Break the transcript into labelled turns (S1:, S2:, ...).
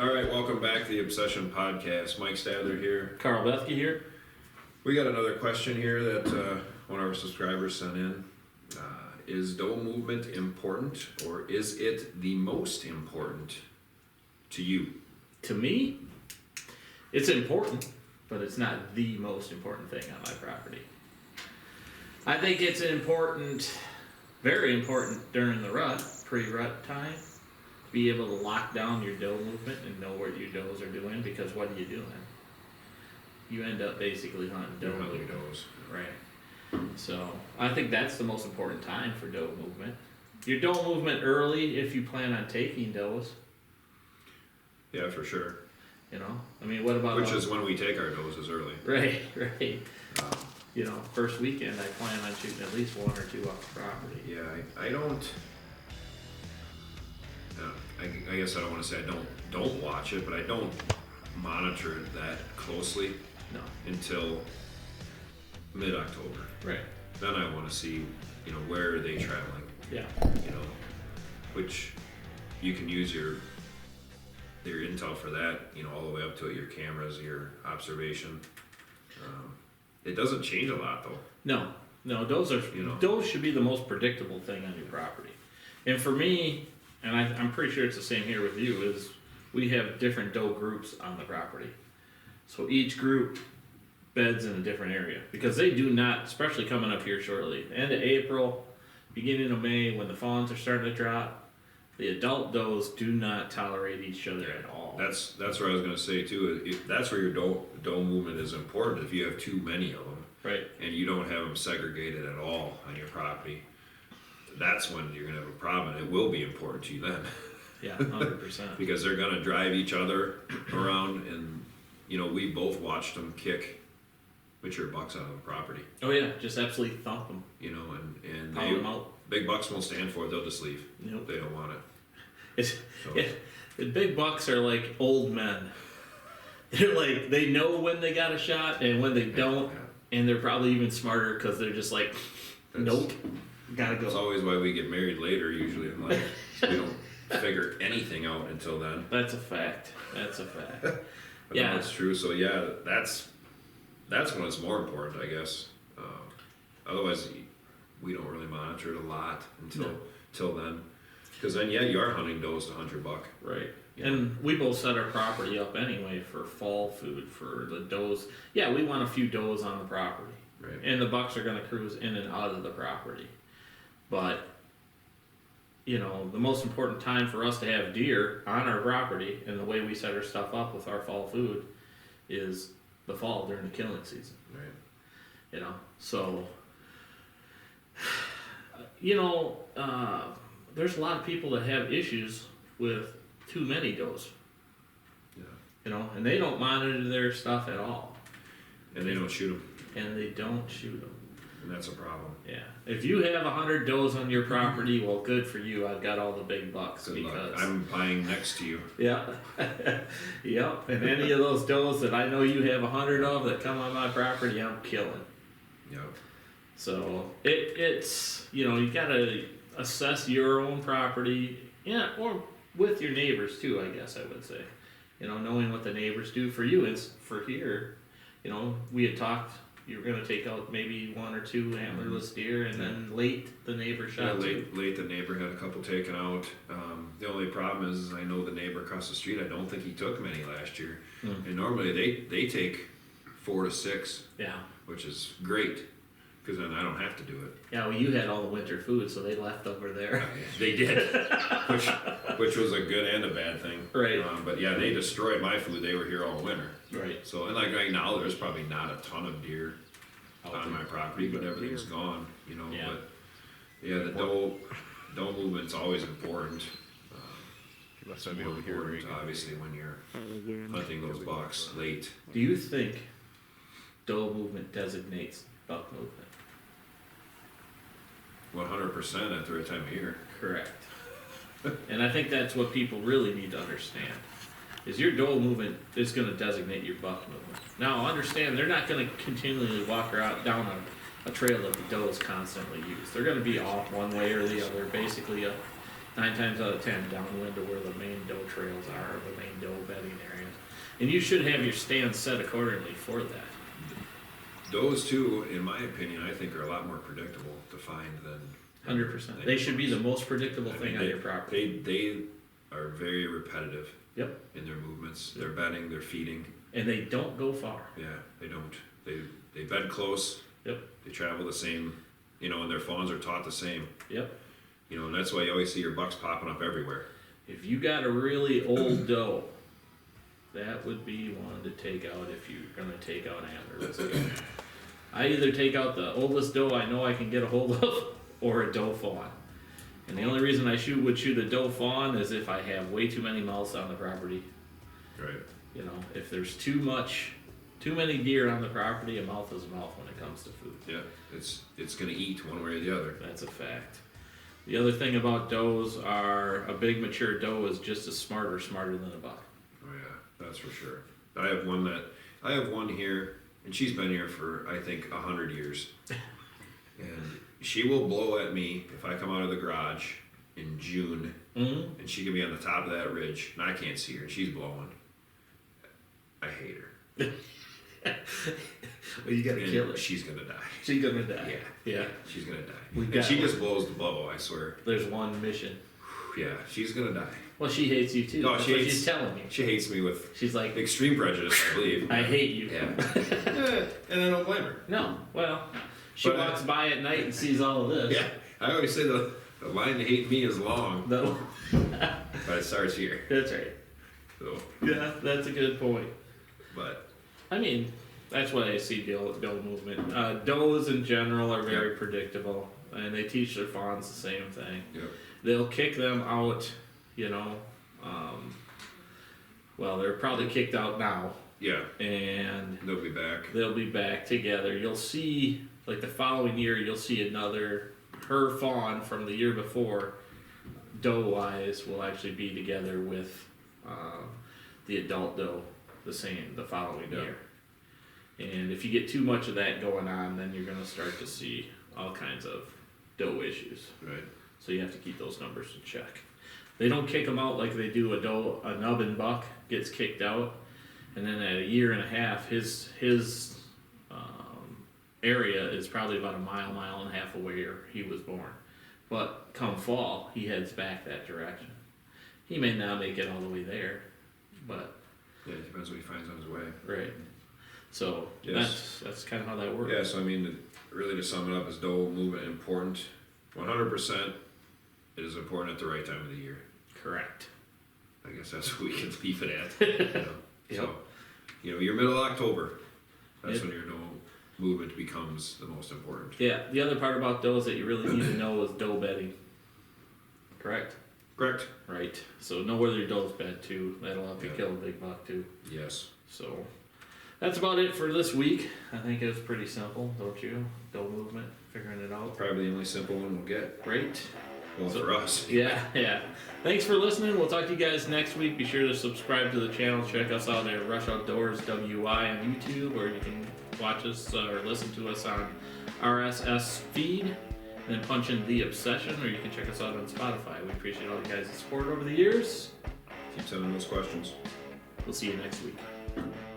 S1: All right, welcome back to the Obsession Podcast. Mike Stadler here.
S2: Carl Bethke here.
S1: We got another question here that uh, one of our subscribers sent in. Uh, is dough movement important, or is it the most important to you?
S2: To me, it's important, but it's not the most important thing on my property. I think it's important, very important during the rut, pre rut time, to be able to lock down your doe movement and know what your does are doing because what are you doing? You end up basically hunting doe
S1: How many
S2: movement.
S1: doughs?
S2: Right. So I think that's the most important time for doe movement. Your doe movement early if you plan on taking does.
S1: Yeah, for sure.
S2: You know, I mean, what about
S1: Which
S2: all-
S1: is when we take our doses early.
S2: right, right? You know, first weekend I plan on shooting at least one or two off the property.
S1: Yeah, I, I don't. Uh, I, I guess I don't want to say I don't don't watch it, but I don't monitor it that closely
S2: No,
S1: until mid October.
S2: right?
S1: Then I want to see, you know, where are they traveling,
S2: Yeah,
S1: you know, which you can use your your intel for that, you know, all the way up to your cameras, your observation. Um, it doesn't change a lot though.
S2: no, no. Those are
S1: You know.
S2: those should be the most predictable thing on your property. And for me, and I, I'm pretty sure it's the same here with you, is we have different doe groups on the property. So each group beds in a different area because they do not, especially coming up here shortly, end of April, beginning of May, when the fawns are starting to drop, the adult does do not tolerate each other at all.
S1: That's that's what I was gonna say too. If that's where your dough dough movement is important. If you have too many of them
S2: Right.
S1: and you don't have them segregated at all on your property, that's when you're gonna have a problem. And it will be important to you then.
S2: Yeah, hundred percent.
S1: because they're going to drive each other around and you know we both watched them kick mature bucks out of the property
S2: Oh yeah, just absolutely thump them,
S1: you know and and
S2: pound them
S1: they,
S2: out.
S1: big bucks won't stand for it they'll just leave
S2: You know,
S1: they don't want it
S2: It's,
S1: So-
S2: it, the big bucks are like old men. They're like they know when they got a shot and when they don't, and they're probably even smarter because they're just like,
S1: That's-
S2: nope, gotta
S1: that's
S2: go.
S1: always why we get married later usually in life we don't figure anything out until then
S2: That's a fact. That's a fact.
S1: but yeah.
S2: Yeah.
S1: that's true so yeah that's that's when it's more important i guess um, otherwise we don't really monitor it a lot until
S2: No.
S1: till then because then yeah you are hunting does to hunt your buck
S2: Right. And we both set our property up anyway for fall food for the does. Yeah, we want a few does on the property.
S1: right
S2: And the bucks are going to cruise in and out of the property. But you know, the most important time for us to have deer on our property and the way we set our stuff up with our fall food is the fall during the killing season.
S1: Right.
S2: you know so you know uh, there's a lot of people that have issues with too many does
S1: Yeah.
S2: you know and they don't monitor their stuff at all
S1: And they don't shoot them,
S2: and they don't shoot them
S1: and that's a problem.
S2: yeah if you have 100 does on your property well good for you i've got all the big bucks
S1: Good
S2: because
S1: luck. I'm buying next to you.
S2: yeah yep and any of those does that i know you have 100 of that come on my property i'm killing
S1: Yeah.
S2: So it it's you know you gotta assess your own property, yeah, or with your neighbors too. I guess I would say, you know, knowing what the neighbors do for you is for here. You know, we had talked you were gonna take out maybe one or two antlerless deer, and then late the neighbor shot
S1: Yeah,
S2: two.
S1: late, late. The neighbor had a couple taken out. Um, the only problem is, is I know the neighbor across the street. I don't think he took many last year.
S2: Mm.
S1: And normally they they take four to six,
S2: Yeah,
S1: which is great, because then I don't have to do it.
S2: yeah. Well, you had all the winter food, so they left over there.
S1: They did, which which was a good and a bad thing.
S2: Right.
S1: Um, but yeah, they destroyed my food. They were here all winter.
S2: Right.
S1: So and like right now, there's probably not a ton of deer on my property, but everything's gone, you know,
S2: Yeah.
S1: but, yeah, the dough, dough movement's always important. Uh,
S3: Must
S1: It's
S3: not be
S1: more
S3: able to hear
S1: important,
S3: me.
S1: obviously, when you're
S2: Oh,
S1: hunting those bucks late.
S2: Do you think doe movement designates buck movement?
S1: One hundred percent at the right time of year.
S2: Correct. and I think that's what people really need to understand. Is your dole movement is going to designate your buck movement. Now, understand they're not going to continually walk around down a, a trail that the does constantly use. They're going to be off one way or the other, basically up nine times out of ten downwind to where the main doe trails are, the main doe bedding areas. And you should have your stand set accordingly for that.
S1: Those two, in my opinion, I think are a lot more predictable to find than.
S2: Hundred percent. They should be the most predictable
S1: I
S2: thing
S1: mean,
S2: on
S1: they-
S2: your property.
S1: They, they are very repetitive
S2: Yep.
S1: in their movements, their bedding, their feeding.
S2: And they don't go far.
S1: Yeah, they don't. They, they bed close.
S2: Yep.
S1: They travel the same, you know, and their fawns are taught the same.
S2: Yep.
S1: You know, and that's why you always see your bucks popping up everywhere.
S2: If you got a really old doe, that would be one to take out if you're gonna take out antlers. I either take out the oldest doe I know I can get a hold of, or a doe fawn. And the only reason I shoot would shoot a doe fawn is if I have way too many mouths on the property.
S1: Right.
S2: You know, if there's too much, too many deer on the property, a mouth is a mouth when it comes to food.
S1: Yeah. It's it's gonna eat one way or the other.
S2: That's a fact. The other thing about does are a big mature doe is just as smart or smarter than a buck.
S1: Oh yeah, that's for sure. I have one that I have one here, and she's been here for I think a hundred years, and she will blow at me if I come out of the garage in June,
S2: Mm-hmm.
S1: and she can be on the top of that ridge, and I can't see her, and she's blowing. I hate her.
S2: Well, you gotta
S1: And
S2: kill it.
S1: She's gonna die.
S2: She's gonna die.
S1: Yeah,
S2: Yeah.
S1: she's gonna die.
S2: We've
S1: And
S2: got
S1: she
S2: one.
S1: just blows the blow. I swear.
S2: There's one mission.
S1: Yeah, she's gonna die.
S2: Well, she hates you too.
S1: No,
S2: That's
S1: she
S2: what
S1: hates-
S2: she's telling me.
S1: She hates me with
S2: She's like,
S1: extreme prejudice, I believe.
S2: I hate you.
S1: Yeah. and I don't blame her.
S2: No. Well, she
S1: But I-
S2: walks by at night and sees all of this.
S1: Yeah, I always say the, the line to hate me is long,
S2: No,
S1: but it starts here.
S2: that's right.
S1: So,
S2: Yeah, that's a good point.
S1: but
S2: I mean, that's what I see doe doe movement. Uh, does in general are very predictable, and they teach their fawns the same thing.
S1: you know,
S2: They'll kick them out, you know. Um, well, they're probably kicked out now,
S1: yeah,
S2: and
S1: they'll be back.
S2: they'll be back together. You'll see, like the following year, you'll see another her fawn from the year before. Doe wise, will actually be together with um, the adult doe the same the following
S1: Yeah.
S2: year. And if you get too much of that going on, then you're going to start to see all kinds of doe issues.
S1: Right.
S2: So you have to keep those numbers in check. They don't kick them out like they do a doe, a nub and buck gets kicked out, and then at a year and a half, his his um, area is probably about a mile, mile and a half away where he was born. But come fall, he heads back that direction. He may not make it all the way there, but
S1: Yeah, it depends what he finds on his way.
S2: right. So
S1: Yes.
S2: that's that's kind of how that works.
S1: Yeah, so I mean, to- really to sum it up, is doe movement important? 100% it is important at the right time of the year.
S2: Correct.
S1: I guess that's what we can leave it at. You know? So,
S2: Yep.
S1: you know, your middle of October, that's
S2: Yep.
S1: when your doe movement becomes the most important.
S2: Yeah. The other part about does that you really need to know is doe bedding. Correct.
S1: Correct?
S2: Right. So know whether your doe's bed too. That'll help you
S1: Yeah.
S2: kill a big buck too.
S1: Yes.
S2: So that's about it for this week. I think it was pretty simple, don't you? Doe movement, figuring it out.
S1: Probably the only simple one we'll get.
S2: Great.
S1: Well,
S2: So-
S1: for us.
S2: Yeah, yeah. Thanks for listening. We'll talk to you guys next week. Be sure to subscribe to the channel. Check us out at Rush Outdoors WI on YouTube, or you can watch us uh, or listen to us on RSS feed. And then punch in The Obsession, or you can check us out on Spotify. We appreciate all you guys' support over the years.
S1: Keep sending those questions.
S2: We'll see you next week.